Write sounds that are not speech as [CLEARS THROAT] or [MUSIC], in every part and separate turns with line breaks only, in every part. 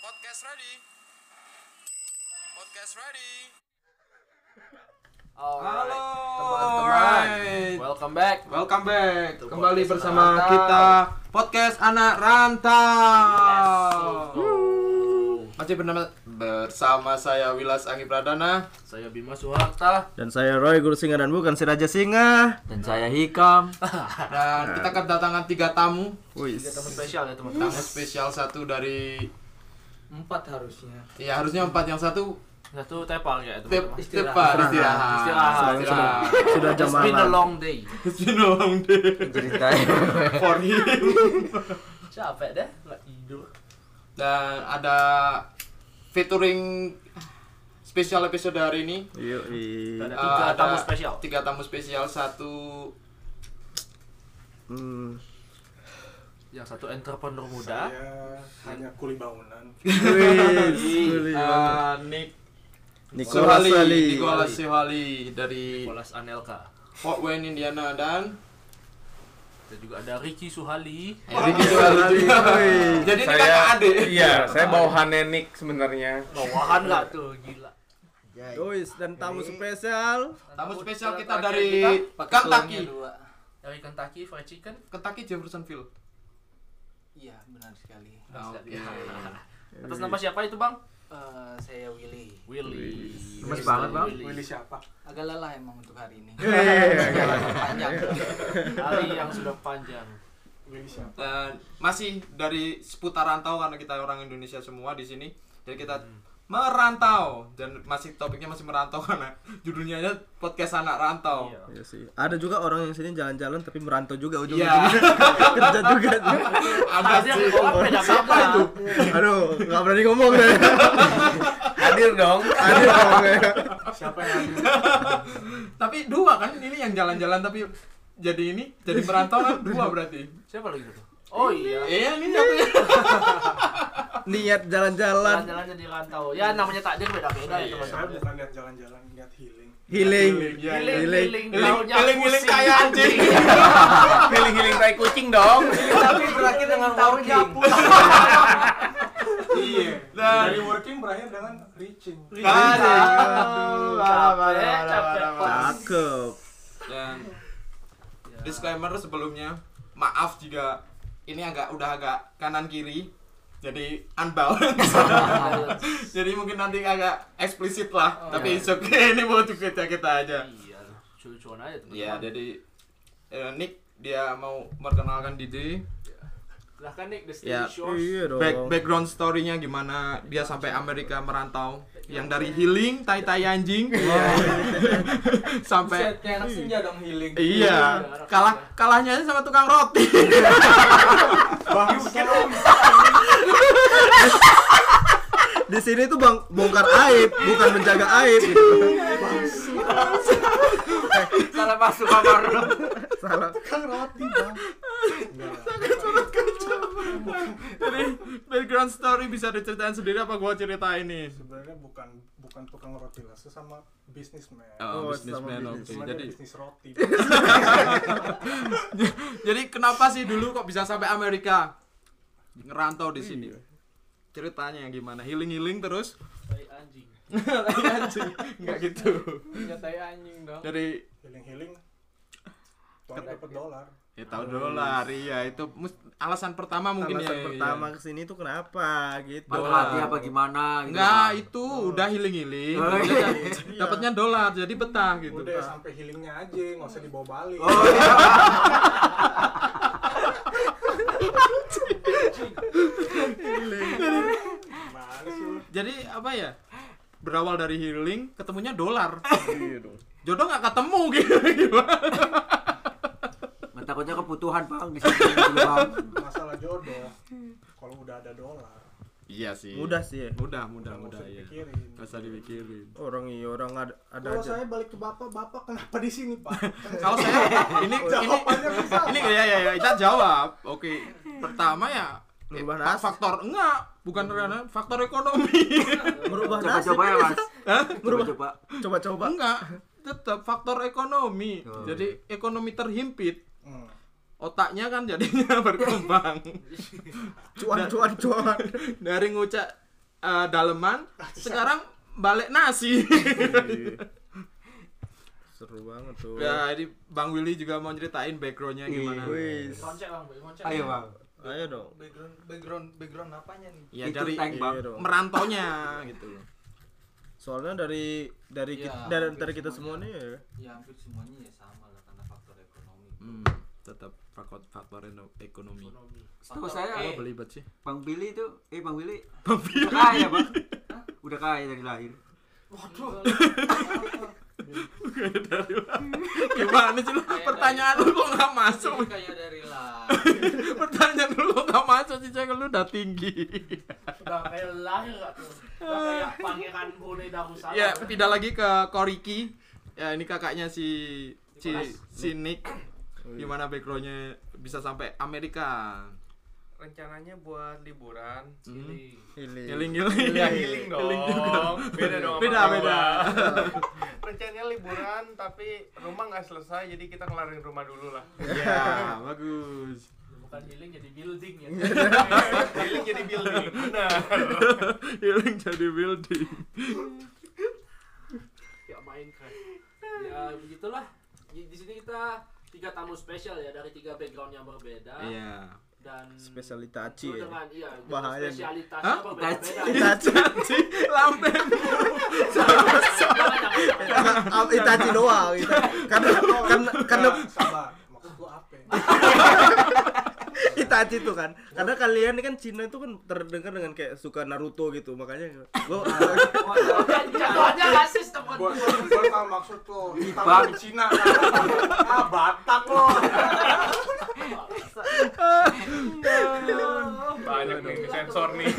Podcast ready. Podcast ready.
Alright,
Halo,
teman-teman,
alright.
welcome back.
Welcome back
Itu
kembali
podcast
bersama
anak
kita podcast anak
Yes,
rantau.
oh.
Masih bernama bersama saya Wilas Anggi Pradana.
Saya Bima Suharta
Dan saya Roy Guru Singa dan bukan si Raja Singa.
dan saya [LAUGHS] Hikam.
Dan kita kedatangan tiga tamu,
Wis.
Kita teman spesial ya teman-teman.
tamu spesial satu dari
empat harusnya
ya harusnya empat yang satu
Satu tepal ya
tep
teman-teman.
tepat
Istirahat.
istirahat.
Istirahat.
Sudah jam
It's been a
malam.
long day.
It's been a long day for him.
Capek deh, nggak tidur.
Dan ada featuring spesial episode hari ini
Yuk, i-
Ada
Eh,
tiga
ada
tamu spesial.
Tiga tamu spesial satu
hmm.
Yang satu entrepreneur muda.
ya hanya kuli bangunan
Wis, guli
Ah,
banget.
eh, Nick
Nicolas
Suhali,
Ali.
Nicholas Suhali dari
Nicholas Anelka.
Fort Wayne, Indiana dan
Dan juga ada Ricky Suhali.
Ricky Suhali juga. Jadi ini kakak adik.
Ya,
Iya, saya bawahannya Nick sebenarnya.
Bawahan nggak tuh, gila.
Wis, dan tamu spesial.
Tamu spesial kita
Terakhir
dari
kita pakai
Kan
Kentucky.
tulangnya dua. Dari Kentucky Fried Chicken.
Kentucky Jeffersonville.
iya benar sekali
Ah,
Oke.
[LAUGHS] Atas nama siapa itu bang?
Eh, saya Willy
Willy.
Lemes banget, Bang.
Willy.
siapa agak lelah emang untuk hari ini iya.
Panjang.
Hari yang sudah panjang.
Willy siapa
Dan masih dari seputar rantau karena kita orang Indonesia semua di sini. Jadi kita
Hmm.
merantau dan masih topiknya masih merantau [LAUGHS] karena judulnya aja podcast anak rantau.
Iya.
Iya sih. Ada juga orang yang sini jalan-jalan tapi merantau juga
Iya.
ujung-ujungnya. [LAUGHS] Kerja juga. tuh.
Ada
Ada
sih.
orang beda-beda.
Siapa itu?
Aduh, nggak berani ngomong ya. deh.
Hadir dong.
Ada orang ya.
siapa yang hadir?
[LAUGHS] Tapi dua kan ini yang jalan-jalan tapi jadi ini jadi merantau kan dua berarti.
Siapa lagi itu? Oh iya.
Iya ini satunya.
Niat jalan-jalan,
Jalan-jalannya di rantau. Ya namanya takdir beda-beda ya
saya
teman-teman.
bukan lihat jalan-jalan lihat healing
healing,
Iya,
Giling,
healing.
giling,
Healing-
baunya
healing- healing
pusing.
kayak
[LAUGHS]
[LAUGHS] anjing.
Giling-giling tai kucing dong.
tapi berakhir dengan working iya
Dan-
dari working berakhir dengan reaching
Iya. Aduh.
Capek, capek. pas.
Cakep.
Dan Ya. disclaimer sebelumnya, maaf jika ini agak udah agak kanan kiri. Jadi unbalance. [LAUGHS] Jadi mungkin nanti agak eksplisit lah, tapi it's okay [LAUGHS] ini mau juga kita aja.
Iya. Cucu-cucuan aja teman-teman.
Iya, jadi eh, Nick dia mau memperkenalkan diri.
Silahkan nih kan the
Ya,
Stay Shores.
iya dong.
Back, background story-nya gimana dia sampai Amerika merantau yang dari healing tai tai anjing
Iya.
[LAUGHS] sampai
kayak anak senja dong healing
Iya, kalah kalahnya aja sama tukang roti. [LAUGHS]
Di sini tuh bang bongkar aib, bukan menjaga aib. Gitu.
Salah masuk
[LAUGHS]
kamar.
Salah.
Jadi background story bisa diceritain sendiri apa gua ceritain nih?
sebenarnya bukan bukan tukang roti lah sesama bisnismen
Oh, sama
oke.
bisnis.
Cuman dia
Jadi
bisnis
[LAUGHS]
roti
jadi kenapa sih dulu kok bisa sampai Amerika? Ngerantau di
Iya.
sini. Ceritanya yang gimana? Healing-healing terus?
Tai
[LAUGHS]
anjing.
Enggak
[LAUGHS]
gitu.
Tai anjing dong.
Dari
healing healing tuan dapat dolar
ya tahu dolar, iya itu mus- alasan pertama mungkin
Alasan
ya.
pertama kesini tuh kenapa gitu.
Patah hati apa
gimana?
gitu.
Enggak, itu
Oh.
udah healing-healing. Dapatnya dolar, jadi betah gitu.
iya. udah sampai healingnya aja nggak usah dibawa balik
Oh, iya.
[LAUGHS]
[LAUGHS]
Gimana sih lu?
Jadi apa ya? Berawal dari healing, ketemunya dolar. Jodoh nggak ketemu gitu. [LAUGHS]
Nah, Takutnya kebutuhan bang di sini dulu, bang.
masalah jodoh kalau udah ada dolar
Iya sih.
Mudah sih ya.
Mudah, mudah,
iya. nggak
mudah
usah
ya.
dipikirin
Nggak usah dipikirin.
Orang iya orang ada, ada
kalau
aja.
saya balik ke bapak bapak kenapa di sini [LAUGHS] pak Kan
Kalau saya
[LAUGHS]
ini ini
jawabannya bisa
ini ya ya ya kita jawab. Oke. Pertama ya eh,
Berubah
fa-
nasib.
faktor enggak, bukan
Hmm.
karena faktor ekonomi. [LAUGHS]
Merubah nasib.
Coba-coba ya mas. Coba-coba.
Coba-coba.
enggak, tetap faktor ekonomi.
Oh, iya.
Jadi ekonomi terhimpit,
Hmm.
otaknya kan jadinya [LAUGHS] berkembang.
Cuan cuan cuan.
dari ngucap eh, daleman sekarang balik
[LAUGHS]
nasi
Oh, iya.
Seru banget tuh.
ya ini Bang Willy juga mau ceritain backgroundnya
Iya,
gimana
Wis.
Konsep bang, Boy, konsep.
Ayo bang.
Ayo dong.
[LAUGHS] background background background apanya nih
ya
Itu
dari
tank bang.
Iya dong.
merantaunya gitu loh Ya,
Soalnya dari dari
Iya,
kita, dari,
hampir
dari kita
semuanya.
semuanya ya.
ya hampir semuanya ya sama lah karena faktor ekonomi
hmm, tetap faktor faktor eno- ekonomi
Ekonomi.
Setahu
Faktor saya-
E.
Apa belibet
Eh,
sih
Bang Billy itu, eh Bang Billy. Udah kaya bang. Hah? Udah kaya dari lahir.
waduh
gimana sih lu
Kayak
pertanyaan lu kok nggak masuk
Ini kayak dari lah
[LAUGHS]
pertanyaan lu kok nggak masuk sih cek lu udah tinggi
Udah kayak lahir gak tuh? Udah kayak pangeran Brunei Darussalam.
ya pindah lagi ke Koriki ya ini kakaknya si si, si Nick gimana backgroundnya bisa sampai Amerika
Rencananya buat liburan.
Hmm.
Jadi,
Giling
[LAUGHS] Healing.
giling
Ya healing dong. Beda dong. sama
Beda,
gua.
beda.
Rencananya liburan tapi rumah nggak selesai jadi kita ngelarin rumah dulu lah.
[LAUGHS]
Iya.
ya [LAUGHS] bagus
Bukan healing jadi building
Iya.
[LAUGHS] ya.
Healing jadi building. Benar.
healing jadi building
Kayak Minecraft. Ya begitulah. Di di sini kita tiga tamu spesial ya dari tiga background yang berbeda
iya
dan
Specialitaci
Tentu
ya.
dengan iya
Bahaya nih.
spesialitasnya
Hah?
berbeda-beda.
[LAUGHS]
Itachi,
lambe
Jangan, jangan, jangan.
Ah,
[LAUGHS]
Itachi doang. Ita- Karena karena karena
Nggak, sabar maksud lu apa
Itachi tuh kan. Karena kalian ini kan Cina itu kan terdengar dengan kayak suka Naruto gitu, makanya lo
Jatuhnya rasis temen
gua
gua.
gua nggak maksud tuh kita
Bang.
di Cina kan. ah Batak lo
Banyak nih di sensor nih.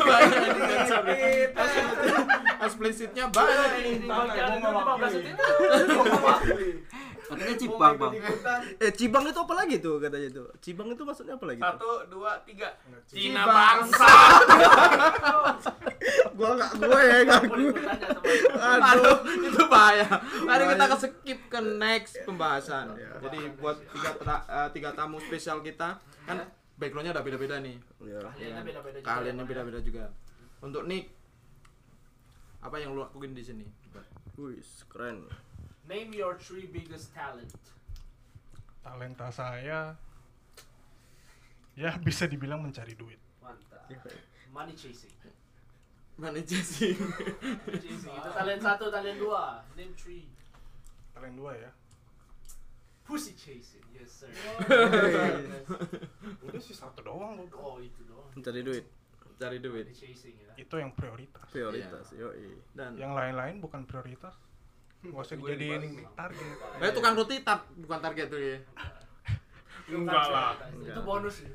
eksplisitnya banyak nih
Ini bagian
Gua nggak
15
wakili.
detik.
Katanya cipang bang.
eh Cibang itu apa lagi tuh katanya tuh. Cibang itu maksudnya apa lagi? tuh?
Satu, dua, tiga.
Nggak, Cina.
Cina bangsa.
Gua enggak gue ya, enggak
Gua
gue.
ikutan ya, teman-teman.
Aduh.
Aduh, itu bahaya. Mari kita
Bahaya.
ke skip ke next pembahasan. Jadi buat tiga tra- eh, tiga tamu spesial kita kan backgroundnya udah beda-beda nih.
Ya.
Keahliannya beda-beda juga.
Keahliannya Iya. beda-beda juga. Untuk Nick, apa yang lu lakuin di sini?
Wih, keren.
Name your three biggest talent.
talenta saya ya bisa dibilang mencari duit
Mantap.
Iya.
Money chasing.
Manajer sih.
Money chasing. Itu talent satu, talent dua. Name three.
talent dua ya
Pussy chasing. Yes sir. [LAUGHS]
udah sih satu doang gua
Oh itu doang.
Mencari duit
Cari duit.
Money chasing ya.
itu yang prioritas
prioritas. Yoi.
Dan
yang lain-lain bukan prioritas gak usah
Gua
dijadiin
dibalik.
target
Eh, tukang roti tar- bukan target tuh ya.
Enggak lah.
Itu bonus
[LAUGHS]
ya.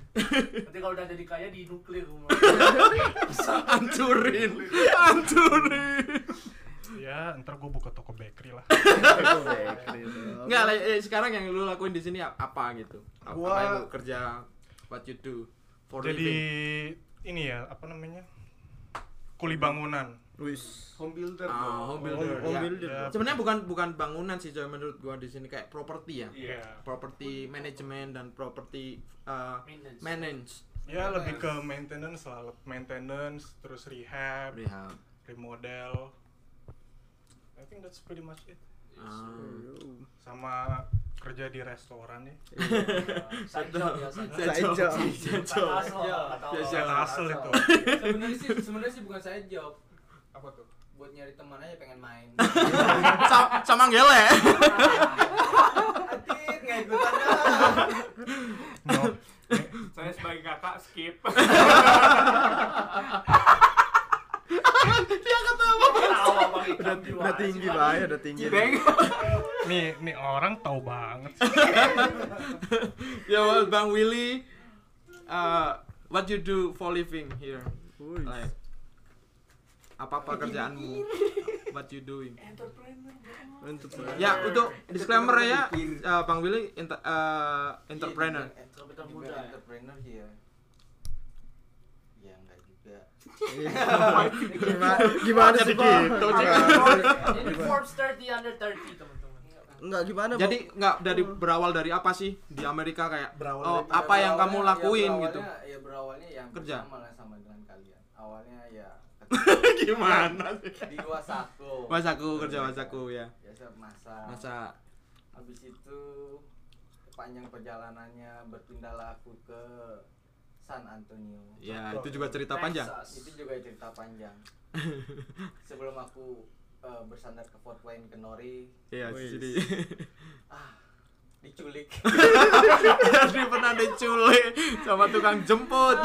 Nanti kalau udah jadi kaya di nuklir rumah.
Hancurin, hancurin.
ya ntar gua buka toko bakery lah
Enggak, lah, eh, sekarang yang lu lakuin di sini ap- apa gitu? Apa,
Gua-
apa yang lu kerja? What you do for
jadi
living?
ini ya apa namanya kuli bangunan
Wis.
home builder
Ah, home builder.
Home
ya.
builder.
Ya,
Sebenarnya bukan bukan bangunan sih, coy menurut gua di sini kayak properti ya.
Iya.
Properti manajemen dan properti uh,
Maintenance.
manage
Ya lebih ke maintenance lah, le- maintenance, terus rehab,
rehab.
remodel. I think that's pretty much it.
Ah.
Sama kerja di restoran ya.
Side job ya. Side job.
Side job.
Side job.
Iya,
Side
Iya,
Saya
job.
hasil itu.
sebenarnya sih sebenarnya sih bukan saya job
Apa tuh?
buat nyari teman aja pengen main
[LAUGHS]
Sa- sama ngele.
Adit nggak ikutan dah.
No.
Saya sebagai kakak
[LAUGHS]
skip.
Ketawa pakai
Udah,
kamera.
udah tinggi lah ya, udah tinggi.
nih, nih orang tahu banget sih.
[LAUGHS] ya, well, Bang Willy uh, what you do for living here?
Wih.
Like, apa-apa kerjaanmu? What you doing?
Untuk
Ya, untuk disclaimer ya, uh, Bang Willy enter- uh, entrepreneur.
Iya,
Entrepreneur muda
Dibilang
ya.
entrepreneur ya ya nggak juga
gimana gimana sih Bang?
gitu, Cek?
Gimana?
Ini Forbes 30 under 30 teman-teman.
Enggak gimana,
iya.
Bang.
Jadi nggak dari berawal dari apa sih di Amerika kayak
Berawal
oh,
dari-
apa yang kamu
Berawalnya-
lakuin
ya
gitu?
berawalnya- Ya berawalnya yang
Kerja.
sama lah sama dengan kalian. Awalnya ya
[LAUGHS] Gimana sih?
di wasaku.
Masaku kerja masaku ya.
Biasa masak.
Masa
Habis itu panjang perjalanannya berpindahlah aku ke San Antonio.
ya itu juga cerita panjang.
Itu juga cerita panjang. Sebelum aku eh, bersandar ke Fort Wayne ke Nori,
[LAUGHS] Iya,
Wih.
jadi
[LAUGHS]
diculik.
jadi pernah diculik sama tukang jemput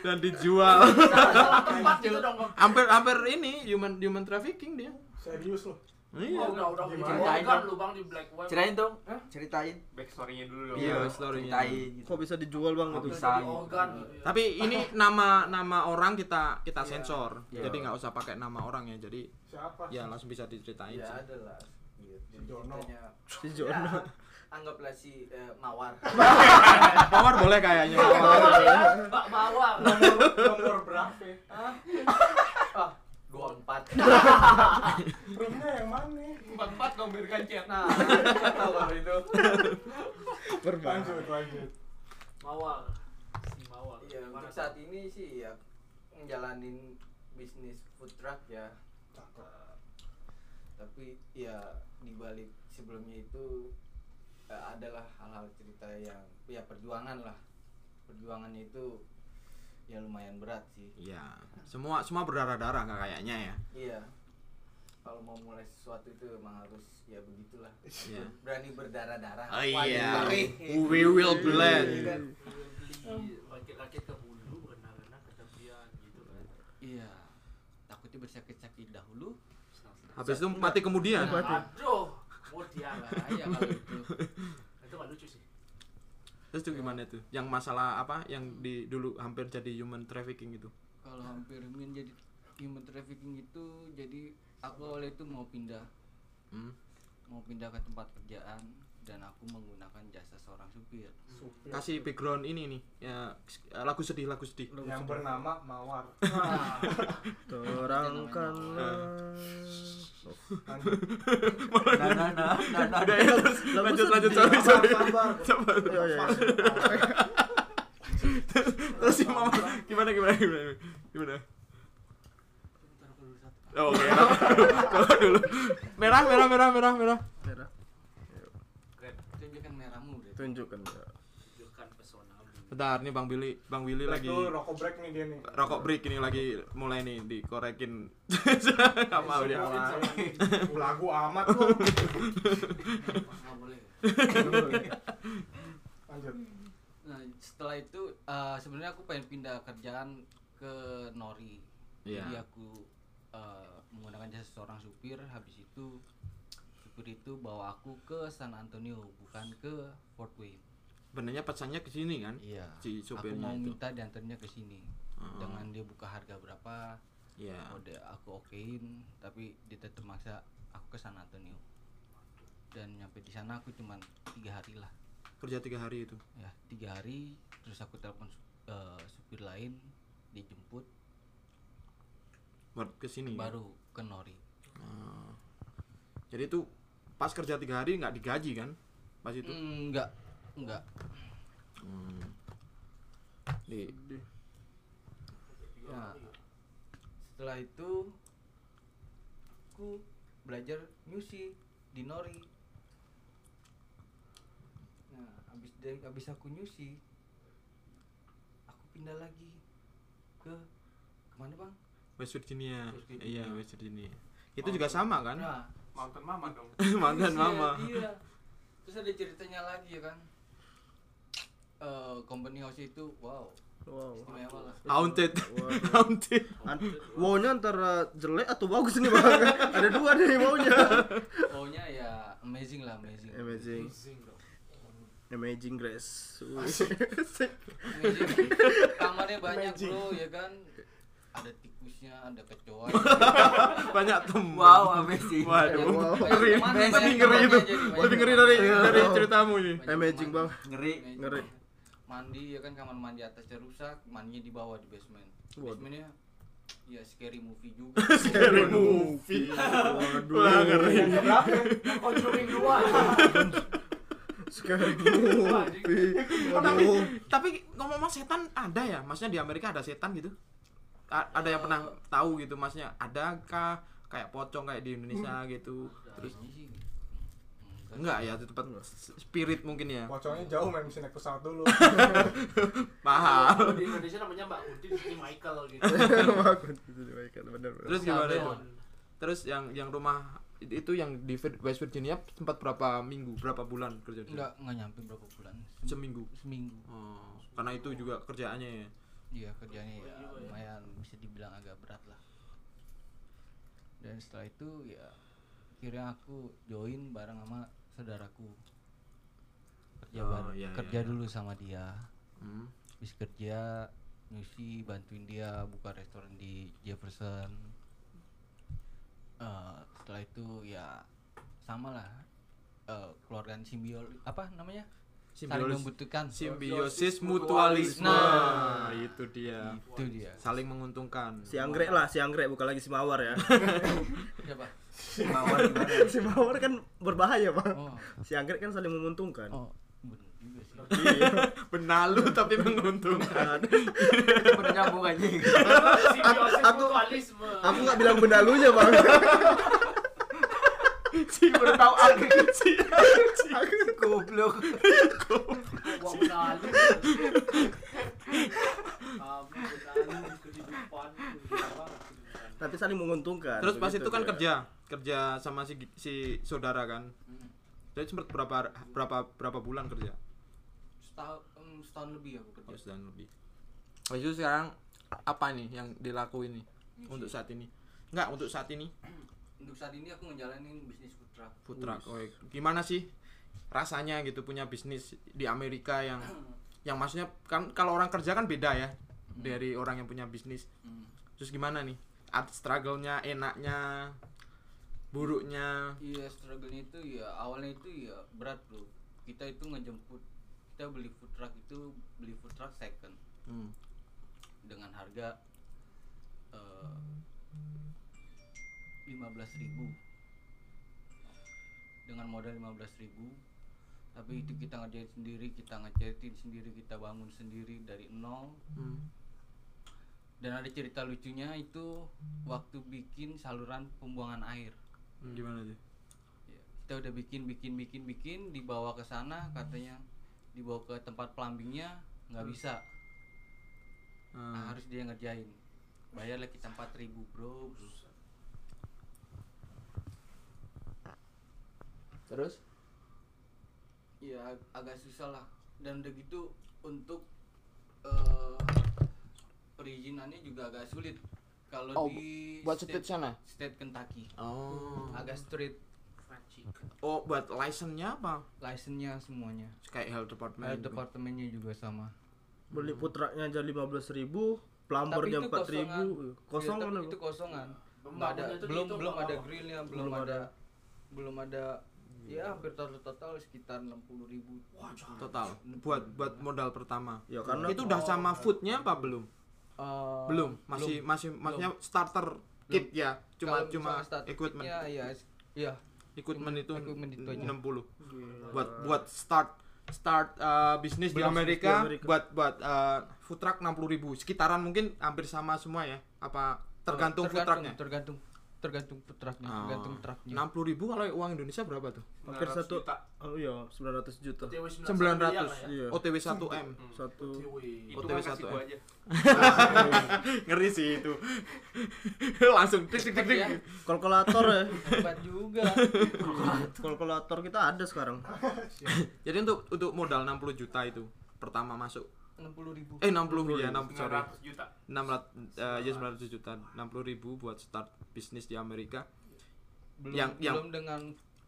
dan dijual.
Salah tempat gitu dong Bang.
Hampir hampir ini human human trafficking dia.
Serius loh.
Oh,
Iya.
udah udah
Gimana?
diceritain kan lu bang di black web
Ceritain dong.
Hah?
Ceritain.
Backstory-nya dulu dong.
Iya,
Ceritain.
story-nya.
Gitu.
kok bisa dijual, Bang
Kok
gitu.
bisa?
Jadi organ
[LAUGHS]
gitu ya.
Tapi ini nama nama orang kita kita
Iya.
sensor.
Iya.
Jadi nggak usah pakai nama orang ya. Jadi
Siapa?
ya langsung bisa diceritain
ya
Iya.
sih.
adalah gitu.
Si Jono.
Ceritanya,
Si Jono.
ya, anggaplah si eh, Mawar.
Mawar Eh, boleh kayaknya.
Mbak Mawar
Nomor berapa?
Ah, 24.
Roomnya yang mana?
Empat empat dong biar kancet.
Nah, tahu kalau itu.
Berbang.
Lanjut lanjut.
Mawar si Mawar
Iya, untuk
Gimana,
saat ini sih ya ngejalanin bisnis food truck ya. Eh, Tapi ya dibalik sebelumnya itu eh, adalah hal-hal cerita yang ya perjuangan lah. Perjuangan itu ya lumayan berat sih.
Iya. Semua semua berdarah-darah nggak kayaknya ya.
Iya. Kalau mau mulai sesuatu itu emang harus ya begitulah.
Iya.
Berani berdarah-darah.
Oh
Wah,
iya.
ngeri.
We will
Iya.
blend.
Bang? Gua beli rakit-rakit ke bulu renang-renang ke tepian gitu kan
Iya. Takutnya bersakit-sakit dahulu.
Senang-senang.
Habis itu mati kemudian.
aduh kemudian
Bahaya kalau itu.
itu nggak lucu sih
Terus itu gimana tuh? Yang masalah apa yang di dulu hampir jadi human trafficking gitu. itu?
Kalau hampir min jadi human trafficking itu jadi aku awalnya itu mau pindah
Hmm.
mau pindah ke tempat kerjaan dan aku menggunakan jasa seorang supir.
Supir.
Kasih background ini nih. Ya, s- lagu sedih, lagu sedih. [LAUGHS]
Yang bernama Mawar.
[LAUGHS]
Nah,
Terangkanlah.
Lanjut.
Nah, nah, nah, nah, nah.
Udah ya, terus
Lagu
lanjut
sedih.
lanjut sorry sorry. [LAUGHS]
Sabar.
Sabar.
Iya, iya, iya.
Terus si mama gimana gimana gimana gimana?
taruh dulu satu.
Oh, Oke. [LAUGHS] Coba dulu. Merah merah merah merah merah.
Merah.
Keren,
Tunjukkan kan merahmu, Bre.
Tunjukkan. ya. Mbak.
tunjukkan pesonamu.
Bentar nih Bang Billy, Bang Billy
Black
lagi
tuh rokok break nih dia nih.
rokok break ini lagi mulai nih dikorekin. [LAUGHS] Enggak mau dia.
Mulai. [LAUGHS] Lagu amat loh.
Nggak boleh.
Lanjut.
Nah, setelah itu eh, sebenarnya aku pengen pindah kerjaan ke Nori. Jadi
Iya.
aku eh, menggunakan jasa seorang supir. Habis itu supir itu bawa aku ke San Antonio, bukan ke Fort Wayne.
Benernya pesannya ke sini kan?
Iya.
Si
Aku
supirnya
mau
itu.
minta diantarnya ke sini.
Oh.
Dengan dia buka harga berapa,
Iya.
udah aku okein, tapi dia tetap maksa aku ke San Antonio. Dan nyampe di sana aku cuman tiga hari lah.
Kerja tiga hari itu.
ya tiga hari terus aku telepon su- eh, supir lain dijemput
Buat ke sini. ya?
baru ke Nori
Oh. Jadi itu pas kerja tiga hari nggak digaji kan? Pas itu.
Mm, enggak enggak
Hmm. Di-
Ya,
Nah, setelah itu aku belajar musik di Nori. Nah, abis dari abis aku nyusi, aku pindah lagi ke kemana bang?
West Virginia.
West Virginia.
Iya, West Virginia. Itu juga sama kan?
Nah,
Mountain Mama dong.
[LAUGHS] Mantan
Terus ya,
mama.
iya. terus ada ceritanya lagi ya kan Eh company house itu wow
Wow.
istimewa lah
Haunted.
Waduh.
[LAUGHS] Haunted.
An- Wow-nya antara jelek atau bagus nih bang [LAUGHS] Ada dua nih wow-nya
maunya ya amazing lah amazing
Amazing Amazing Grace
Amazing. kamarnya banyak bro ya kan ada tikusnya ada
[LAUGHS]
kecoa
Banyak teman.
Wow, amazing.
Waduh.
Wow.
Ngeri.
Teman
Amazing,
Lebih
banyak
ngeri
temannya
itu.
jadi, banyak
Lebih ngeri dari
temannya.
dari ceritamu ini.
Banyak
Amazing
teman.
bang
Ngeri.
Ngeri.
mandi ya kan kamar mandi atasnya rusak mandinya di bawah di basement
Waduh.
basementnya ya scary movie
[LAUGHS]
juga
Scary movie. Waduh, ngeri.
Conjuring
[LAUGHS]
dua.
Scary movie.
tapi
Waduh.
tapi ngomong-ngomong setan ada ya maksudnya di Amerika ada setan gitu A- ada yang pernah tahu gitu maksudnya adakah kayak pocong kayak di Indonesia gitu terus
Ini sih
enggak ya itu tempat spirit mungkin ya
Pocongnya jauh main mesti naik pesawat dulu.
mahal [LAUGHS]
Di Indonesia namanya Mbak Kunti, di sini Michael gitu.
Bagus, gitu, baik, bener, bener.
terus gimana
ya.
itu
Tahun.
terus yang yang rumah itu yang di Vir- West Virginia tempat berapa minggu berapa bulan kerja di
enggak enggak nyampe berapa bulan Sem-
seminggu
seminggu
oh, karena itu juga kerjaannya ya
Iya kerjanya ya lumayan bisa dibilang agak berat lah. Dan setelah itu ya akhirnya aku join bareng sama saudaraku kerja
Oh,
bareng-
iya, iya,
kerja
iya.
dulu sama dia.
hmm.
Habis kerja nyusi bantuin dia buka restoran di Jefferson. Eh, setelah itu ya sama lah eh, keluarkan simbiol apa namanya saling
Simbiosis-
membutuhkan
simbiosis mutualisme
Nah.
itu dia
itu dia
saling menguntungkan
Si anggrek lah, si anggrek bukan lagi si mawar ya.
siapa
[LAUGHS]
[LAUGHS] si mawar kan berbahaya, Pak.
oh
Si anggrek kan saling menguntungkan. Iya,
oh bener juga sih
benalu tapi
[LAUGHS]
menguntungkan
Iya,
Bener nyambung anjing.
Simbiosis
aku-
mutualisme.
Aku nggak bilang benalunya,
[LAUGHS]
Bang.
si baru tahu anggrek si
Goblok.
Gua menalu. Kamu menalu kehidupan. kehidupan.
Tapi saling menguntungkan.
terus pas
begitu
itu kan
dia.
kerja kerja sama si si saudara kan jadi sempat berapa berapa berapa bulan kerja
setahun em, setahun lebih aku kerja
oh, sedang lebih Habis itu sekarang apa nih yang dilakuin nih untuk saat ini Enggak, untuk saat ini
untuk saat ini aku ngejalanin bisnis food truck
food truck. Oh, gimana sih rasanya gitu punya bisnis di Amerika [CLEARS THROAT] yang yang maksudnya kan kalau orang kerja kan beda ya dari orang yang punya bisnis.
Hmm.
Terus gimana nih? Art struggle-nya, enaknya, buruknya.
iya struggle-nya itu ya awalnya itu ya berat bro kita itu ngejemput kita beli food truck itu beli food truck second
Hmm.
dengan harga eh, lima belas ribu dengan modal 15.000 tapi itu kita ngerjain sendiri kita ngecatin sendiri kita bangun sendiri dari nol
Hmm.
dan ada cerita lucunya itu waktu bikin saluran pembuangan air
Hmm, Gimana sih?
Ya, kita udah bikin bikin bikin bikin dibawa ke sana katanya dibawa ke tempat plumbingnya nggak bisa
Hmm.
harus dia ngerjain bayar lagi tempat ribu bro
Terus
ya ag- agak susah lah dan udah gitu untuk eh, perizinannya juga agak sulit kalau
Oh,
di
buat state sana?
state Kentucky
Oh.
agak strict
Oh, buat license-nya apa?
lisennya semuanya
Kayak health department.
Air
gitu.
departemennya juga sama
beli putraknya aja 15.000 ribu, plumbernya
itu
4.000 ribu, kosong
Ya,
kan?
tapi itu kosongan
Pembangunan
nggak ada
itu
belum
dihitung
belum ada
berapa?
grillnya belum,
Belum
ada, belum ada ya hampir total total sekitar enam puluh ribu
Total buat buat modal pertama.
Ya karena
itu udah sama foodnya apa belum? belum masih
Oh. belum.
masih maksudnya starter kit ya cuma cuma equipment
ya ya ya
equipment itu
equipment itu aja.
60 buat buat start start uh, bisnis di
Belum
Amerika,
bisnis di Amerika.
buat buat uh, food truck 60 ribu sekitaran mungkin hampir sama semua ya apa tergantung, food trucknya
tergantung tergantung food trucknya tergantung trucknya [LAUGHS]
enam puluh ribu kalau uang Indonesia berapa tuh
hampir satu, oh iya 900 juta,
OTW
900
miliar lah ya.
iya,
OTW 1 m
satu,
OTW.
OTW satu m
gua
iya.
aja.
ngeri sih itu [LAUGHS] langsung tik tik tik [LAUGHS] tik.
kalkulator ya,
hebat Iya, juga
kalkulator kita ada sekarang,
jadi untuk untuk modal 60 juta itu pertama masuk
enam puluh ribu
eh 60 ya 60 sorry
900 juta.
600 eh, ya 900 juta 60 ribu buat start bisnis di Amerika
belum
Yang- yang-
belum dengan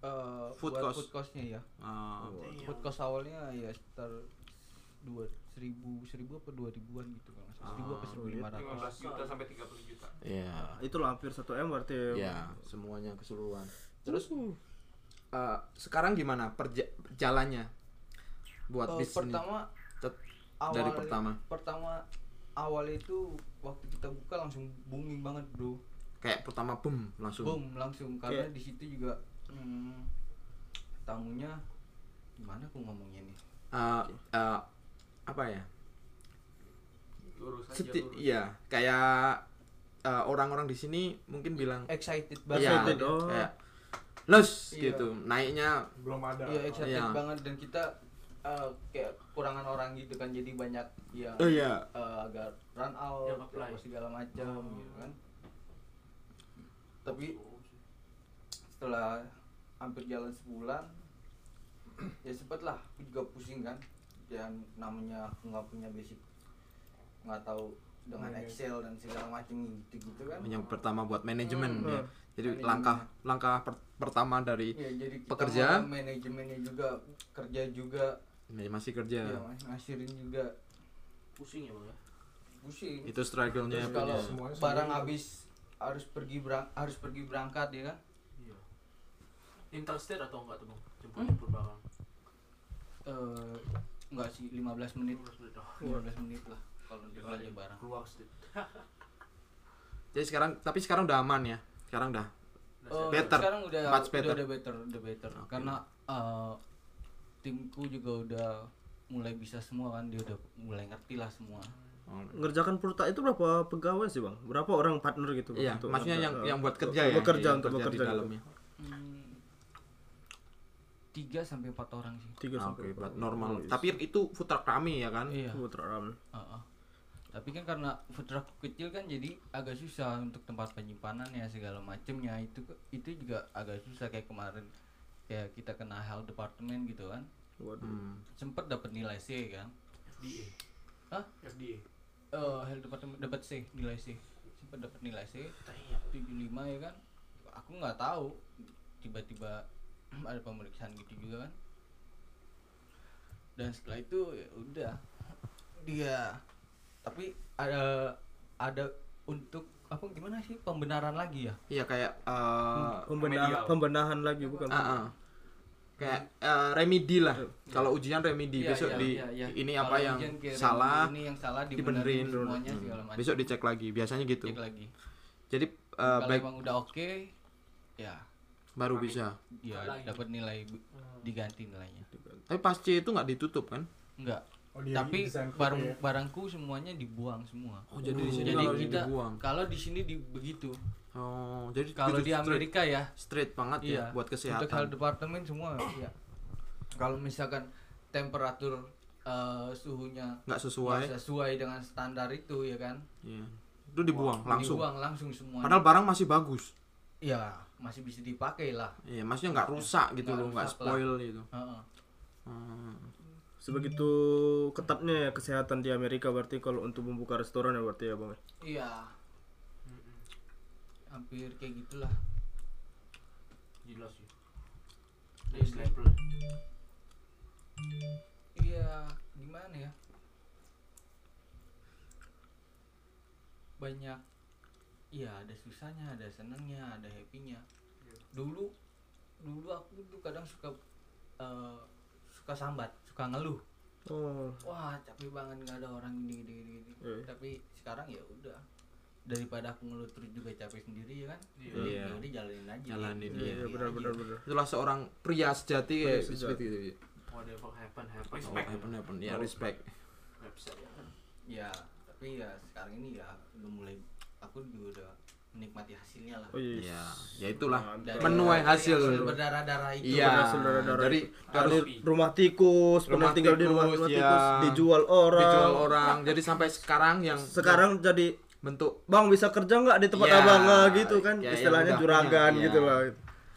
eh,
Food
buat
cost.
food costnya ya
Uh,
Food cost awalnya ya sekitar dua seribu seribu apa dua ribuan gitu kan seribu
Oh,
apa seribu
iya.
lima ratus
15 juta sampai 30 juta.
ya
itulah hampir 1 m berarti,
ya semuanya keseluruhan terus eh, sekarang gimana perja jalannya buat bisnis
Eh, Oh, pertama
Tet-
awal
dari pertama
pertama awal itu waktu kita buka langsung booming banget bro
kayak pertama boom langsung
boom langsung karena
Kayak-
di situ juga hmm, tamunya gimana aku ngomongnya nih
Eh, eh, apa ya
lurus aja
Seti
lurus.
iya kayak eh, orang-orang di sini mungkin bilang
excited
iya
banget
oh.
kayak los
Iya.
gitu naiknya
belum ada
iya excited
Iya.
banget dan kita eh, kayak kurangan orang gitu kan jadi banyak ya
oh iya
eh, agak run out
Yang apply. Oh.
apa segala macam gitu kan tapi setelah hampir jalan sebulan ya sempet lah aku juga pusing kan dan namanya aku nggak punya basic nggak tahu dengan
Manage.
Excel dan segala macam gitu gitu kan
yang pertama buat manajemen
Hmm.
ya. jadi
Manajemen.
langkah langkah per- pertama dari
ya jadi kita
Pekerja.
mau manajemennya juga kerja juga
ya, masih
ya,
kerja
mas- ngasirin juga
pusing ya bang ya
pusing
itu struggle-nya
Terus
punya.
kalau
Semuanya
barang
sendiri.
habis harus pergi berang harus pergi berangkat ya kan
iya interstate atau enggak tuh bang jemput
Hmm?
jemput barang
Eh, enggak sih 15 menit
Lurus menit dah.
15 menit lah kalau di
Keluar
belanja barang
ya. keluar state
jadi sekarang tapi sekarang udah aman ya sekarang udah
Nah,
Eh,
Better.
sekarang udah
Much
udah-
better.
udah better udah better
Oke.
karena eh, timku juga udah mulai bisa semua kan dia udah mulai ngerti lah semua
Oh,
ngerjakan purta itu berapa pegawai sih bang berapa orang partner gitu Bang,
Iya,
untuk-
maksudnya
untuk-
yang
uh,
yang buat
untuk
kerja ya.
bekerja
yang
untuk
di
bekerja gitu.
dalamnya.
Hmm, tiga sampai empat orang sih
tiga
Ah,
Iya, sampai
Oke,
empat Iya.
buat normal.
Yes.
Tapi itu food truck kami ya kan?
iya
Putra Ramen.
Heeh. Tapi kan karena food truck kecil kan jadi agak susah untuk tempat penyimpanan ya segala macemnya itu itu juga agak susah kayak kemarin kayak kita kena health department gitu kan
Waduh.
Hmm.
sempet dapat nilai C kan
FDA
Hah?
FDA
Eh, health department dapat C nilai C sempet dapat nilai C 75 ya kan aku nggak tahu tiba-tiba [CLEARS THROAT] ada pemeriksaan gitu juga kan dan setelah itu ya udah dia tapi ada ada untuk apa gimana sih pembenaran lagi ya
Iya kayak eh
Hmm.
Pembenahan, pembenahan lagi bukan.
ah, ah. kayak eh, remedi lah. Kalau ujian remedi
Hmm. Iya,
besok
iya,
di
iya, iya.
ini
Kalau
apa yang
ujian kayak
salah
ini yang salah
dibenerin
dibenerin semuanya segala
Hmm.
macam
Besok dicek lagi, biasanya gitu.
Cek lagi
Jadi eh,
kalau
baik
emang udah oke ya
baru bisa.
ya
Lagi.
dapat nilai bu-
Hmm.
diganti nilainya
Tapi pasci itu nggak ditutup kan?
enggak
Oh, dia
tapi
desain foto
barang
ya.
barangku semuanya dibuang semua
Oh, jadi di sini
jadi
kalau
kita
dibuang.
kalau di sini di begitu
Oh, jadi
kalau
gitu
di
straight-
Amerika ya
straight banget
iya
ya buat
untuk health
kesehatan.
department semua ya kalau misalkan temperatur eh, suhunya
Nggak sesuai.
nggak sesuai dengan standar itu ya kan
Iya. Itu dibuang langsung.
dibuang langsung semua
Padahal barang masih bagus.
ya masih bisa dipakai lah
Iya, maksudnya nggak rusak gitu
Nggak
loh, nggak
rusak lah.
spoil gitu.
Heeh.
Hmm.
Sebegitu ketatnya ya kesehatan di Amerika berarti kalau untuk membuka restoran ya berarti ya bang.
iya hampir kayak gitulah
gila
Iya.
sih ya. next level
Iya, gimana ya? Banyak Iya, ada susahnya, ada senangnya, ada happy-nya.
Iya.
Dulu dulu aku tuh kadang suka eh, suka sambat, suka ngeluh.
Oh.
Wah, capek banget nggak ada orang gini gini gini. gini.
Eh.
Iya.
Tapi sekarang ya udah daripada aku ngeluh terus juga capek sendiri ya kan.
Iya.
Jadi
Iya.
ya udah jalanin aja.
Jalanin,
Jalanin
Iya,
iya.
aja.
benar benar benar.
Itulah seorang pria sejati kayak
Pria sejati.
seperti itu. ya.
whatever happen happen
Oh, happen, happen. Ya, respect.
website ya
Ya, tapi ya sekarang ini ya udah mulai aku juga udah menikmati hasilnya lah.
Oh yes.
Ya, ya
Nah,
itulah. ya.
Dari-
Menuai
dari
hasil.
yang berdarah-darah itu.
Iya.
saudara-saudara
Jadi harus
Rumah tikus, pernah
Rumah
tinggal di rumah,
tikus,
rumah
ya.
tikus, dijual orang.
dijual orang. Jadi sampai sekarang yang
Sekarang jadi
bentuk
Bang bisa kerja nggak di tempat
Ya,
abang Nah, gitu kan
ya, ya,
istilahnya
udah
juragan
punya,
gitu
ya.
lah.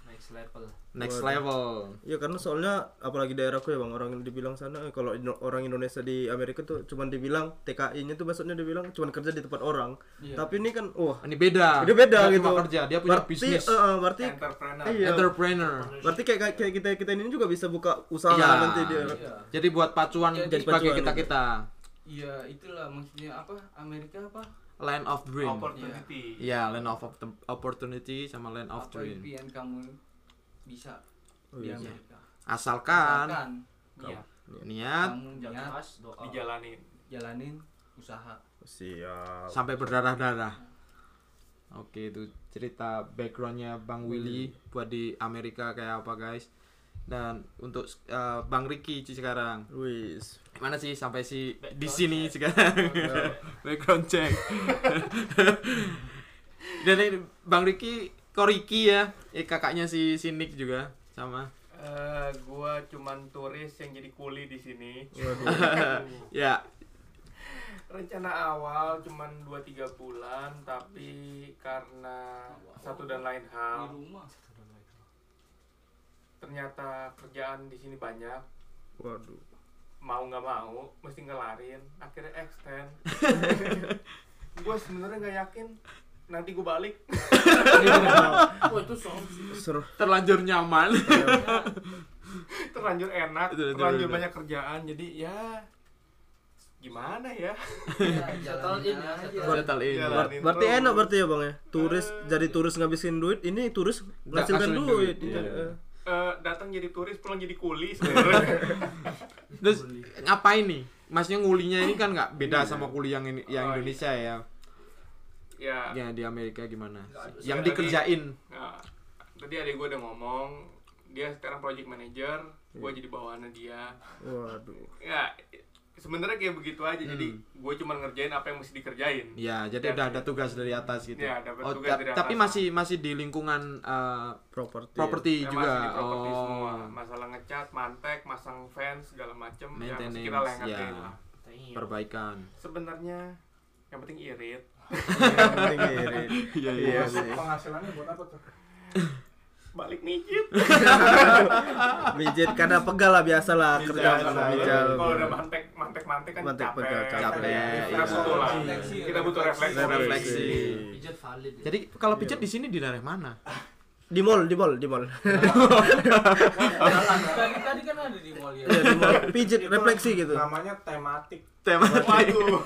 next level
next
Waduh.
level.
Ya karena soalnya apalagi daerahku ya bang orang yang dibilang sana eh, kalau Indo- orang Indonesia di Amerika tuh cuman dibilang TKI-nya tuh maksudnya dibilang cuman kerja di tempat orang. Tapi ini kan wah
Ini beda.
Ini beda
Nah, Dia
gitu.
cuma kerja, dia punya
berarti
bisnis. Nah,
eh, eh, berarti
entrepreneur
iya.
Entrepreneur.
Berarti kayak kayak- kayak kita kita ini juga bisa buka usaha
Iya.
nanti dia.
Jadi buat pacuan bagi
Jadi
pacuan.
kita-kita.
Iya, itulah maksudnya apa? Amerika apa?
Land of dream.
opportunity
Iya, land of op- opportunity sama land of
apa
dream.
impian kamu bisa
Oh,
di
iya.
Amerika?
Asalkan
Misalkan
iya
niat
kamu
jam
niat
keras doa
[LAUGHS]
dijalanin
jalanin usaha.
Siap.
sampai berdarah darah oke itu cerita backgroundnya bang Willy buat di Amerika kayak apa guys dan untuk eh, bang Ricky Ci sekarang
Wis.
mana sih sampai si di
Background
sini
check.
sekarang [LAUGHS] background check dan ini bang Ricky kok Ricky ya eh, kakaknya si si Nick juga sama
Eh, gua cuman turis yang jadi kuli di sini.
[LAUGHS] ya
Rencana awal cuman 2-3 bulan, tapi karena satu dan lain
Di
hal,
rumah.
ternyata kerjaan di sini banyak.
Waduh.
Mau nggak mau, mesti ngelarin. Akhirnya
[LAUGHS]
extend. gua sebenarnya nggak yakin nanti gua balik. [LAUGHS]
Oh itu soft sih.
Seru.
terlanjur nyaman
terlanjur enak,
Betul, betul,
terlanjur
betul.
banyak kerjaan, jadi ya gimana ya?
Settle in ya. settle
Iya,
in.
Settle in.
Jalan.
Ber- Ah, berarti enak berarti ya bang ya. Turis jadi turis ngabisin duit. Ini turis
Nggak
ngasilkan
ngasilin
duit.
duit,
Iya.
iya.
Eh, datang jadi turis, pulang jadi kuli
[LAUGHS]
sebenarnya.
Terus ngapain nih? Masnya ngulinya ini kan nggak beda sama kuli yang ini, yang
Oh,
Indonesia ya.
ya.
Yang di Amerika gimana?
Nggak,
Yang
sekali
dikerjain.
Nah, tadi adik gue udah ngomong, dia sekarang project manager, gue
Ya.
jadi bawahannya dia.
Waduh.
Ya, sebenarnya kayak begitu aja. Jadi
Hmm.
gue cuma ngerjain apa yang mesti dikerjain.
Ya, jadi
Ya,
udah
sih.
ada tugas dari atas gitu.
Ya, dapat tugas
ta-
dari
tapi
atas.
masih masih di lingkungan eh,
Properti.
properti
Ya,
Iya, juga.
masih di properti
oh.
semua, masalah ngecat, mantek, masang fans, segala macem. Ya, masih kita
Maintenance,
lengkapin
ya.
lah.
Damn.
Perbaikan.
Sebenarnya yang penting irit.
[LAUGHS] Iya,
Iya sih.
Penghasilannya buat apa tuh?
Balik mijit.
Mijit karena pegal lah biasa lah kerja
Biasa,
sama
iya.
mijal.
Kalau udah mantek, mantek, mantek kan
Mantek,
capek.
pegal, capek.
Kita
Iya.
butuh lah.
Refleksi,
Kita butuh refleksi.
Refleksi.
Iya
Pijat valid. ya.
Jadi kalau pijat
Iya.
di sini di daerah mana?
Di mall, di mall, [LAUGHS] di mall.
Tadi tadi kan ada di mall ya.
Iya, di mall. Pijit refleksi gitu.
Namanya tematik.
Tema
Waduh.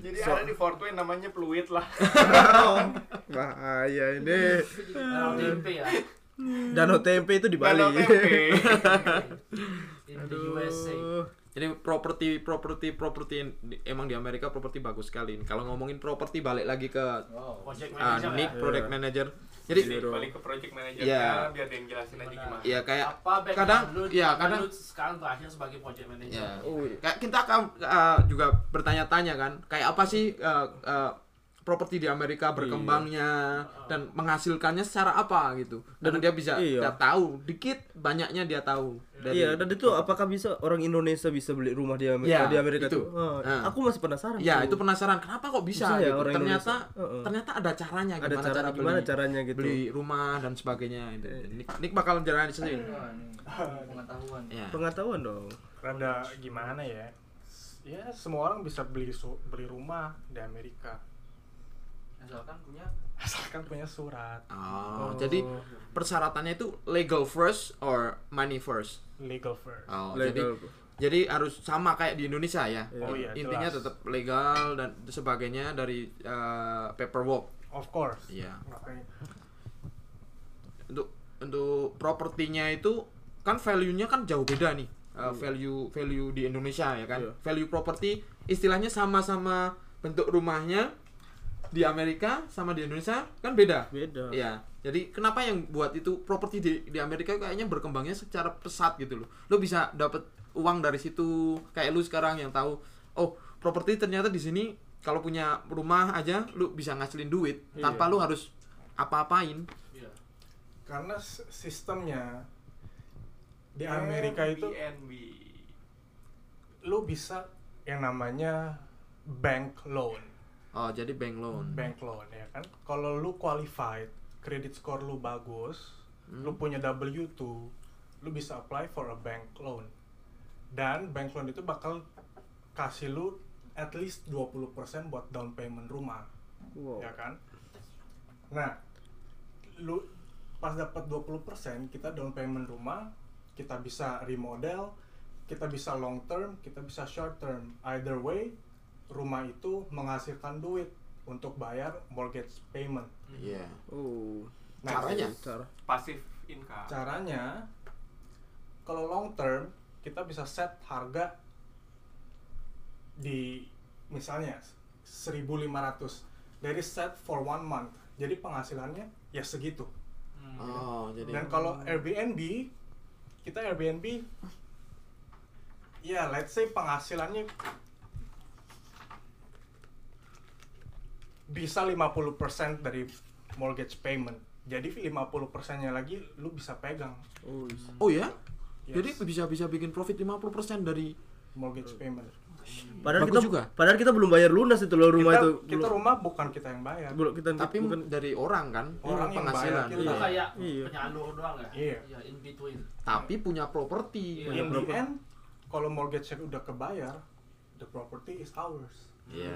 Jadi ada di Fortune namanya fluid lah.
Bahaya ini.
Kalau tempe
[LAUGHS]
ya.
Danau tempe itu di Bali. [LAUGHS]
Danau tempe.
In the USA.
Jadi properti properti properti emang di Amerika properti bagus sekali. Kalau ngomongin properti balik lagi ke
Oh,
Wow.
Project
ah,
manager
Nick
ya.
product
Iya.
manager. Jadi
Jadi balik ke project manager
Iya.
biar dia yang jelasin aja gimana.
ya kayak
Apa background
kadang-
lu,
iya,
lu
kadang-
sekarang terakhir sebagai project manager.
ya
Oh, iya.
kayak kita akan eh, juga bertanya-tanya kan kayak apa sih eh, eh, properti di
Iya.
Amerika berkembangnya dan menghasilkannya secara apa gitu dan dia bisa
Iya.
dia tahu dikit banyaknya dia tahu dari
Iya, dan itu apakah bisa orang Indonesia bisa beli rumah di
Iya,
Amerika? di Amerika
itu.
tuh. Oh,
Ah.
Aku masih penasaran.
ya itu
tuh.
penasaran kenapa kok bisa,
Bisa ya
gitu.
orang
ternyata
Indonesia. Heeh.
ternyata ada caranya
ada
gimana
cara,
cara
gimana
beli,
caranya gitu. Iya.
beli rumah dan sebagainya gitu. Nick, Nick bakal jelasin
Nah, ini Pengetahuan.
ya
Iya. Pengetahuan dong.
Rada gimana ya? S- Ya semua orang bisa beli su- beli rumah di Amerika
Asalkan punya
asalkan punya surat
oh, jadi persyaratannya itu legal first or money first
legal first.
oh jadi
Legal.
Jadi harus sama kayak di Indonesia ya.
Oh iya,
Intinya
jelas.
tetap legal dan sebagainya dari eh, paperwork.
Of course.
Iya.
Makanya
Untuk untuk propertinya itu kan value-nya kan jauh beda nih. Eh,
Iya.
value value di Indonesia ya kan.
Iya.
Value property istilahnya sama-sama bentuk rumahnya di Amerika sama di Indonesia kan beda.
Beda.
Iya. Jadi kenapa yang buat itu properti di di Amerika kayaknya berkembangnya secara pesat gitu loh. Lo bisa dapat uang dari situ. Kayak lu sekarang yang tahu, oh, properti ternyata di sini kalau punya rumah aja lu bisa ngasilin duit tanpa lu harus apa-apain.
Iya.
Karena s- sistemnya di Amerika itu
BNB.
lu bisa yang namanya bank loan.
Oh, jadi bank loan.
Bank loan ya kan. Kalau lu qualified, kredit score lu bagus, lu punya W2, lu bisa apply for a bank loan. Dan bank loan itu bakal kasih lu at least 20% buat down payment rumah.
Wow.
ya kan nah lu pas dapat 20% kita down payment rumah kita bisa remodel kita bisa long term kita bisa short term either way rumah itu menghasilkan duit untuk bayar mortgage payment
Iya.
Oh,
nah
Caranya?
cara.
Passive
[LAUGHS]
income.
caranya kalau long term kita bisa set harga di misalnya 1.500 dari set for one month. Jadi penghasilannya ya segitu.
Oh, jadi
Dan kalau Airbnb, kita Airbnb, ya let's say penghasilannya bisa 50% dari mortgage payment. Jadi 50%-nya lagi lu bisa pegang
Oh, is-
Oh ya?
Yes.
Jadi bisa bisa bikin profit 50% dari
mortgage payment.
Padahal
Bagus
kita
juga.
padahal kita belum bayar lunas itu loh rumah
kita,
itu.
kita
Belum-
rumah bukan kita yang bayar.
belum- kita
tapi
bukan
dari orang kan,
Orang
orang
yang
penghasilan.
bayar
Itu
kita.
Iya.
kayak
Iya.
penyalur doang ya?
Iya.
in between.
Tapi punya properti.
Iya.
In the
Berapa?
end, kalau mortgage udah kebayar, the property is ours.
Iya.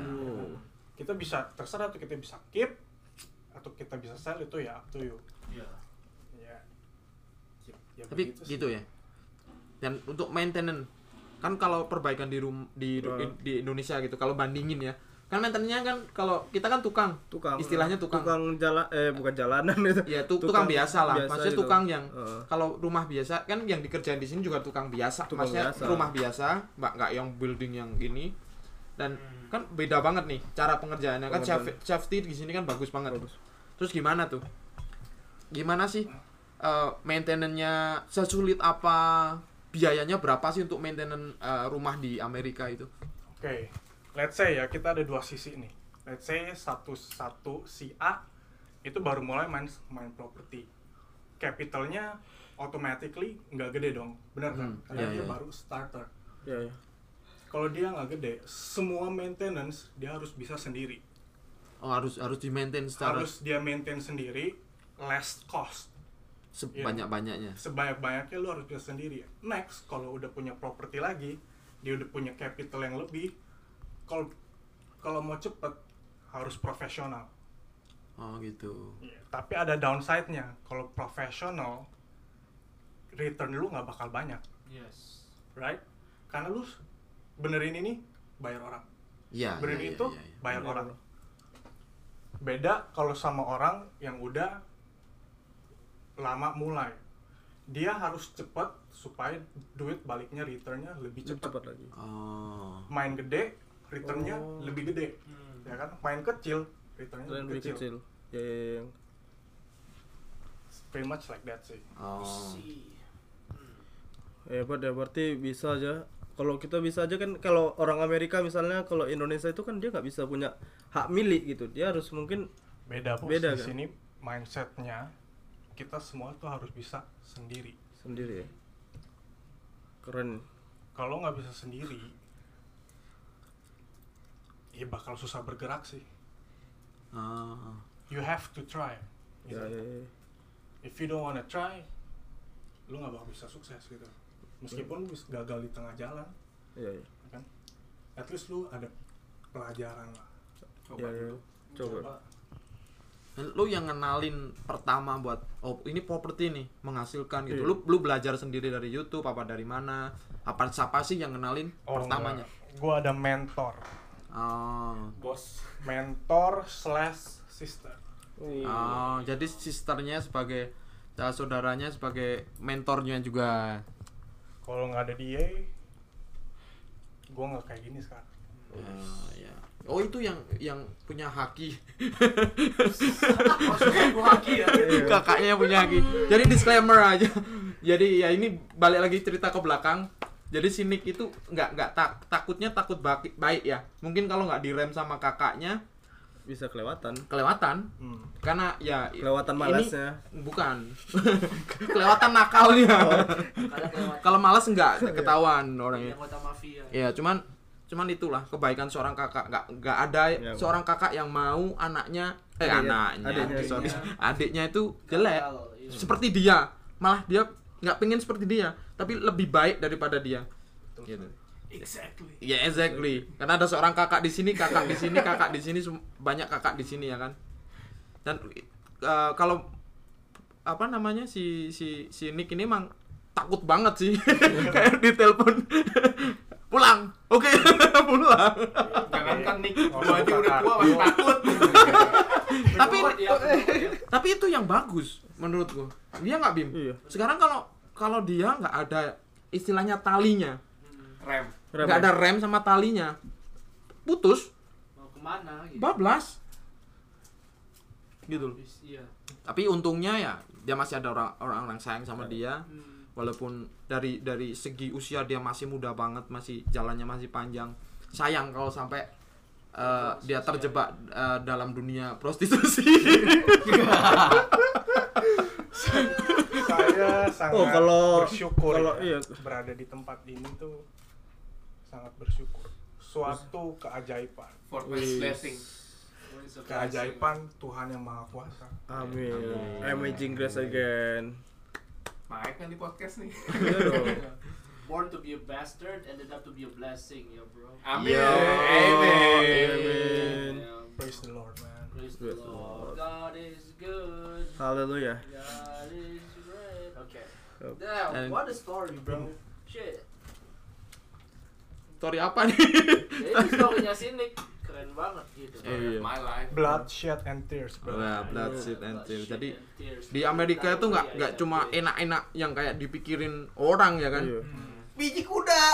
Kita bisa terserah tuh kita bisa keep atau kita bisa sell itu ya up to you.
Iya.
Ya. Ya, ya
Tapi
begitu sih.
gitu ya. Dan untuk maintenance kan kalau perbaikan di rum di
Hmm.
di Indonesia gitu kalau bandingin ya. Kan maintenance-nya kan kalau kita kan tukang.
tukang
Istilahnya tukang.
tukang jalan eh bukan jalanan itu
Ya tu- tukang, biasa lah. Maksudnya
gitu.
tukang yang
Heeh.
kalau rumah biasa kan yang dikerjain di sini juga tukang biasa.
Tukang
Maksudnya
biasa.
rumah biasa, mbak nggak yang building yang gini. Dan kan beda banget nih cara pengerjaannya. Kan
Pengerjaan.
chef- safety di sini kan bagus banget.
Bagus.
Terus gimana tuh? Gimana sih eh maintenance-nya sesulit apa? Biayanya berapa sih untuk maintenance eh, rumah di Amerika itu?
Oke, let's say ya kita ada dua sisi nih. Let's say satu satu si A itu baru mulai main main property. Capitalnya automatically nggak gede dong, benar kan?
Hmm,
Karena
iya,
dia
iya.
baru starter.
Iya, iya.
Kalau dia nggak gede, semua maintenance dia harus bisa sendiri.
Oh, harus harus di maintain secara
Harus iya. dia maintain sendiri, less cost.
sebanyak-banyaknya.
Sebanyak-banyaknya lu harus bisa sendiri. Next, kalau udah punya properti lagi, dia udah punya capital yang lebih. Kalau kalau mau cepet harus profesional.
Oh, gitu.
Iya, tapi ada downside-nya. Kalau profesional, return lu nggak bakal banyak,
Yes.
right? Karena lu s- benerin ini bayar orang,
Iya.
benerin
iya, iya,
itu
iya, iya.
bayar orang. Beda kalau sama orang yang udah lama mulai, dia harus cepet supaya duit baliknya returnnya lebih
Lebih
cepet.
cepat lagi
Oh.
Main gede, returnnya
Oh.
lebih gede, ya kan? Main kecil, returnnya
Selain
lebih
beli
kecil.
kecil ya, ya, ya, yang
Pretty much like that sih.
Oh.
hebat ya berarti bisa aja kalau kita bisa aja kan kalau orang Amerika misalnya kalau Indonesia itu kan dia nggak bisa punya hak milik gitu dia harus mungkin
beda bos
Beda,
di
kan?
sini mindsetnya kita semua tuh harus bisa sendiri
sendiri ya keren
kalau nggak bisa sendiri ya bakal susah bergerak sih
Ah.
you have to try gitu.
ya, ya, ya.
if you don't wanna try lu nggak bakal bisa sukses gitu meskipun lu gagal di tengah jalan
Ya, ya.
ya kan at least lu ada pelajaran lah
Ya, ya. coba
Dan Eh, lu yang ngenalin pertama buat oh ini properti nih menghasilkan gitu.
Iya.
Lu lu belajar sendiri dari YouTube apa dari mana? Apa siapa sih yang ngenalin pertamanya?
Oh, enggak. gua ada mentor
Oh.
bos
mentor slash sister
Oh, jadi sisternya sebagai eh, saudaranya sebagai mentornya juga.
kalau nggak ada dia gua nggak kayak gini sekarang
Oh, ya. Oh, itu yang yang punya haki. [LAUGHS]
Maksudnya Oh, gua haki ya.
Iya,
kakaknya yang punya Haki. Jadi disclaimer aja. [LAUGHS] Jadi ya ini balik lagi cerita ke belakang. Jadi si Nick itu nggak nggak tak, takutnya takut baki- baik ya. Mungkin kalau nggak direm sama kakaknya
bisa kelewatan
kelewatan
Hmm.
karena ya i-
kelewatan
ini-
malasnya
bukan [LAUGHS] kelewatan nakalnya.
Kadang lewat
kalau malas nggak ketahuan orangnya.
yang kota mafia.
Ya cuman cuman itulah kebaikan seorang kakak nggak nggak ada
Ya.
seorang kakak yang mau anaknya eh
Adiknya.
anaknya
Adiknya.
sorry. [LAUGHS] adiknya itu jelek
Gagal, iya.
seperti dia malah dia nggak pengen seperti dia tapi lebih baik daripada dia gitu
Exactly.
ya exactly karena ada seorang kakak di sini kakak di sini kakak di sini sem- banyak kakak di sini ya kan dan eh, kalau apa namanya si si si Nick ini emang takut banget sih [LAUGHS] kayak ditelepon [LAUGHS] pulang oke [LAUGHS] pulang
jangankan nih
Oh,
gua aja udah
kakak.
tua masih takut
tapi
Kuat ya, kuat ya.
tapi itu yang bagus menurutku dia nggak bim
iya
sekarang kalau kalau dia nggak ada istilahnya talinya
rem
Hmm.
Rem,
nggak
ya?
ada rem sama talinya putus
mau kemana gitu
bablas gitu loh
Bis- iya
tapi untungnya ya dia masih ada orang orang yang sayang sama dia
Hmm.
walaupun dari dari segi usia dia masih muda banget masih jalannya masih panjang sayang kalau sampai eh, dia terjebak eh, dalam dunia prostitusi [LAUGHS]
saya sangat
[LAUGHS] Oh, kalau-
bersyukur
kalau iya.
ya, berada di tempat ini tuh sangat bersyukur suatu keajaiban
for my blessing
keajaiban Tuhan yang maha kuasa
Amin. Amazing grace again.
naik kan di podcast nih
Iya
[LAUGHS]
dong.
born to be a bastard ended up to be a blessing ya bro
amin
Yo.
amin
Amin.
Yeah.
praise the Lord man
Praise the
Praise the
Lord.
Lord.
God is good.
Haleluya.
God is great. Okay.
Yep.
Damn,
Oh. And- Hmm.
what a story, bro. Shit.
story apa nih
Ini
[LAUGHS]
storynya Sinik. Keren banget gitu.
Iya.
my life
blood shed and tears bro
Nah, blood,
Yeah,
shit, and
blood,
tears.
shit,
Jadi
and tears.
di Amerika itu nggak
Iya,
nggak
iya,
cuma
iya.
enak-enak yang kayak dipikirin orang ya kan
Iya.
biji kuda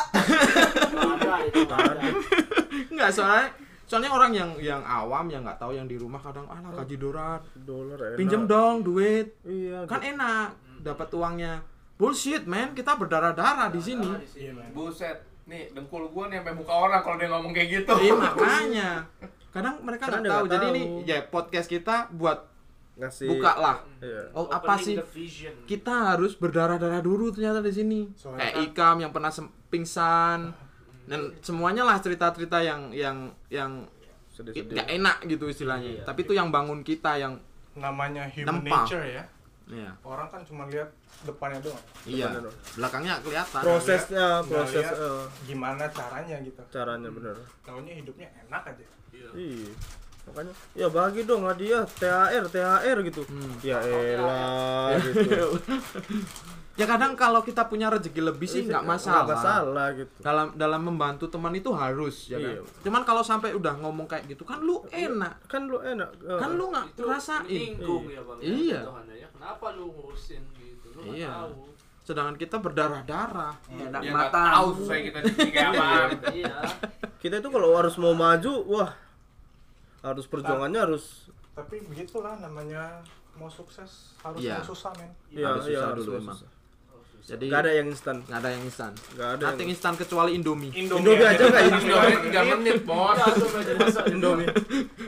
Nggak ada, itu Iya, nggak ada.
nggak soalnya soalnya orang yang yang awam yang nggak tahu yang di rumah kadang ah lah, gaji dorat
Dolar enak.
pinjam dong duit
Iya.
kan enak dapat uangnya bullshit man kita berdarah darah di sini
Nggak ada di sini.
Iya, man.
buset nih dengkul gua nih sampai muka orang kalau dia ngomong kayak gitu
Iya makanya kadang mereka nggak
Kadang dia
tahu
nggak
jadi
tahu.
ini ya podcast kita buat
ngasih
buka lah
Iya.
oh apa
Opening
sih
the vision.
kita harus berdarah darah dulu ternyata di sini
Soalnya
kayak
kan-
ikam yang pernah sem- pingsan dan semuanya lah cerita cerita yang yang yang
Sedih-sedih.
nggak enak gitu istilahnya tapi itu yang bangun kita yang
namanya human
Nempa.
nature ya
ya
orang kan cuma lihat depannya doang
iya
Bener.
belakangnya kelihatan Nah,
Prosesnya,
Nggak
proses
lihat
iya.
eh,
gimana caranya gitu
caranya bener.
tahunya hidupnya enak aja
Iya. Makanya ya bagi dong hadiah THR THR gitu.
Hmm.
Ya elah gitu.
[LAUGHS] ya kadang kalau kita punya rezeki lebih sih nggak
Enggak
masalah
masalah gitu.
dalam dalam membantu teman itu harus ya kan
Iya.
cuman kalau sampai udah ngomong kayak gitu kan lu enak
Kan lu enak. eh.
kan lu nggak
Itu
ngerasain
menyinggung ya bang. ya,
Iya.
jatuhannya ya. Kenapa lu ngurusin gitu? Lu nggak
Iya.
tahu.
sedangkan kita berdarah darah
Iya.
Enak
Iya,
dia nggak
mata.
tahu susah
gitu.
kita di sini kayak apaan
Iya.
Kita itu kalau harus mau maju, wah harus perjuangannya harus
tapi begitulah namanya mau sukses harus
Iya.
mau susah men
ya
Harus
ya
susah
harus
dulu
harus
emang.
susah.
jadi
Nggak ada yang instan.
nggak ada yang instan
Nggak ada.
Nothing
yang-
instan kecuali Indomie
Indomie aja nggak
Ini
instan.
doanya tiga menit bos
Iya, langsung aja
[LAUGHS]
masuk.
Indomie.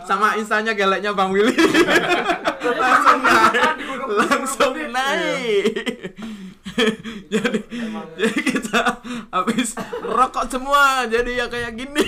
sama instannya galaknya Bang Willy [LAUGHS] langsung naik langsung naik [LAUGHS] jadi
Emang
jadi kita habis rokok semua jadi ya kayak gini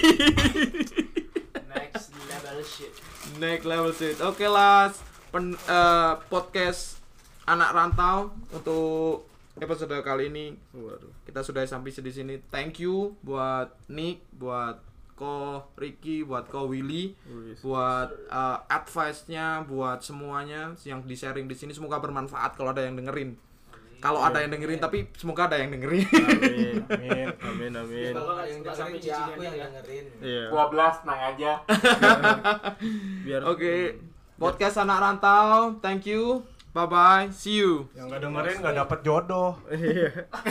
[LAUGHS]
next level shit.
naik level shit oke lah pen- eh, podcast anak rantau untuk episode kali ini
Waduh.
kita sudah sampai di sini. Thank you buat Nick, buat Ko Ricky, buat Ko Willy, [LAUGHS]
Wih.
buat uh, advice-nya, buat semuanya yang di sharing di sini semoga bermanfaat kalau ada yang dengerin. Kalau ada yang dengerin tapi semoga ada yang dengerin. [LAUGHS]
Amin.
[LAUGHS] Amin.
Amin amin.
Iya.
Kalau nggak
yang
nggak sampai
dengerin ya
cincinnya
aku yang
dia.
dengerin
Iya.
12 nang aja
Biar
Oke. Podcast anak rantau. Thank you. Bye bye. See you.
yang nggak dengerin nggak dapat jodoh
[LAUGHS] Iya.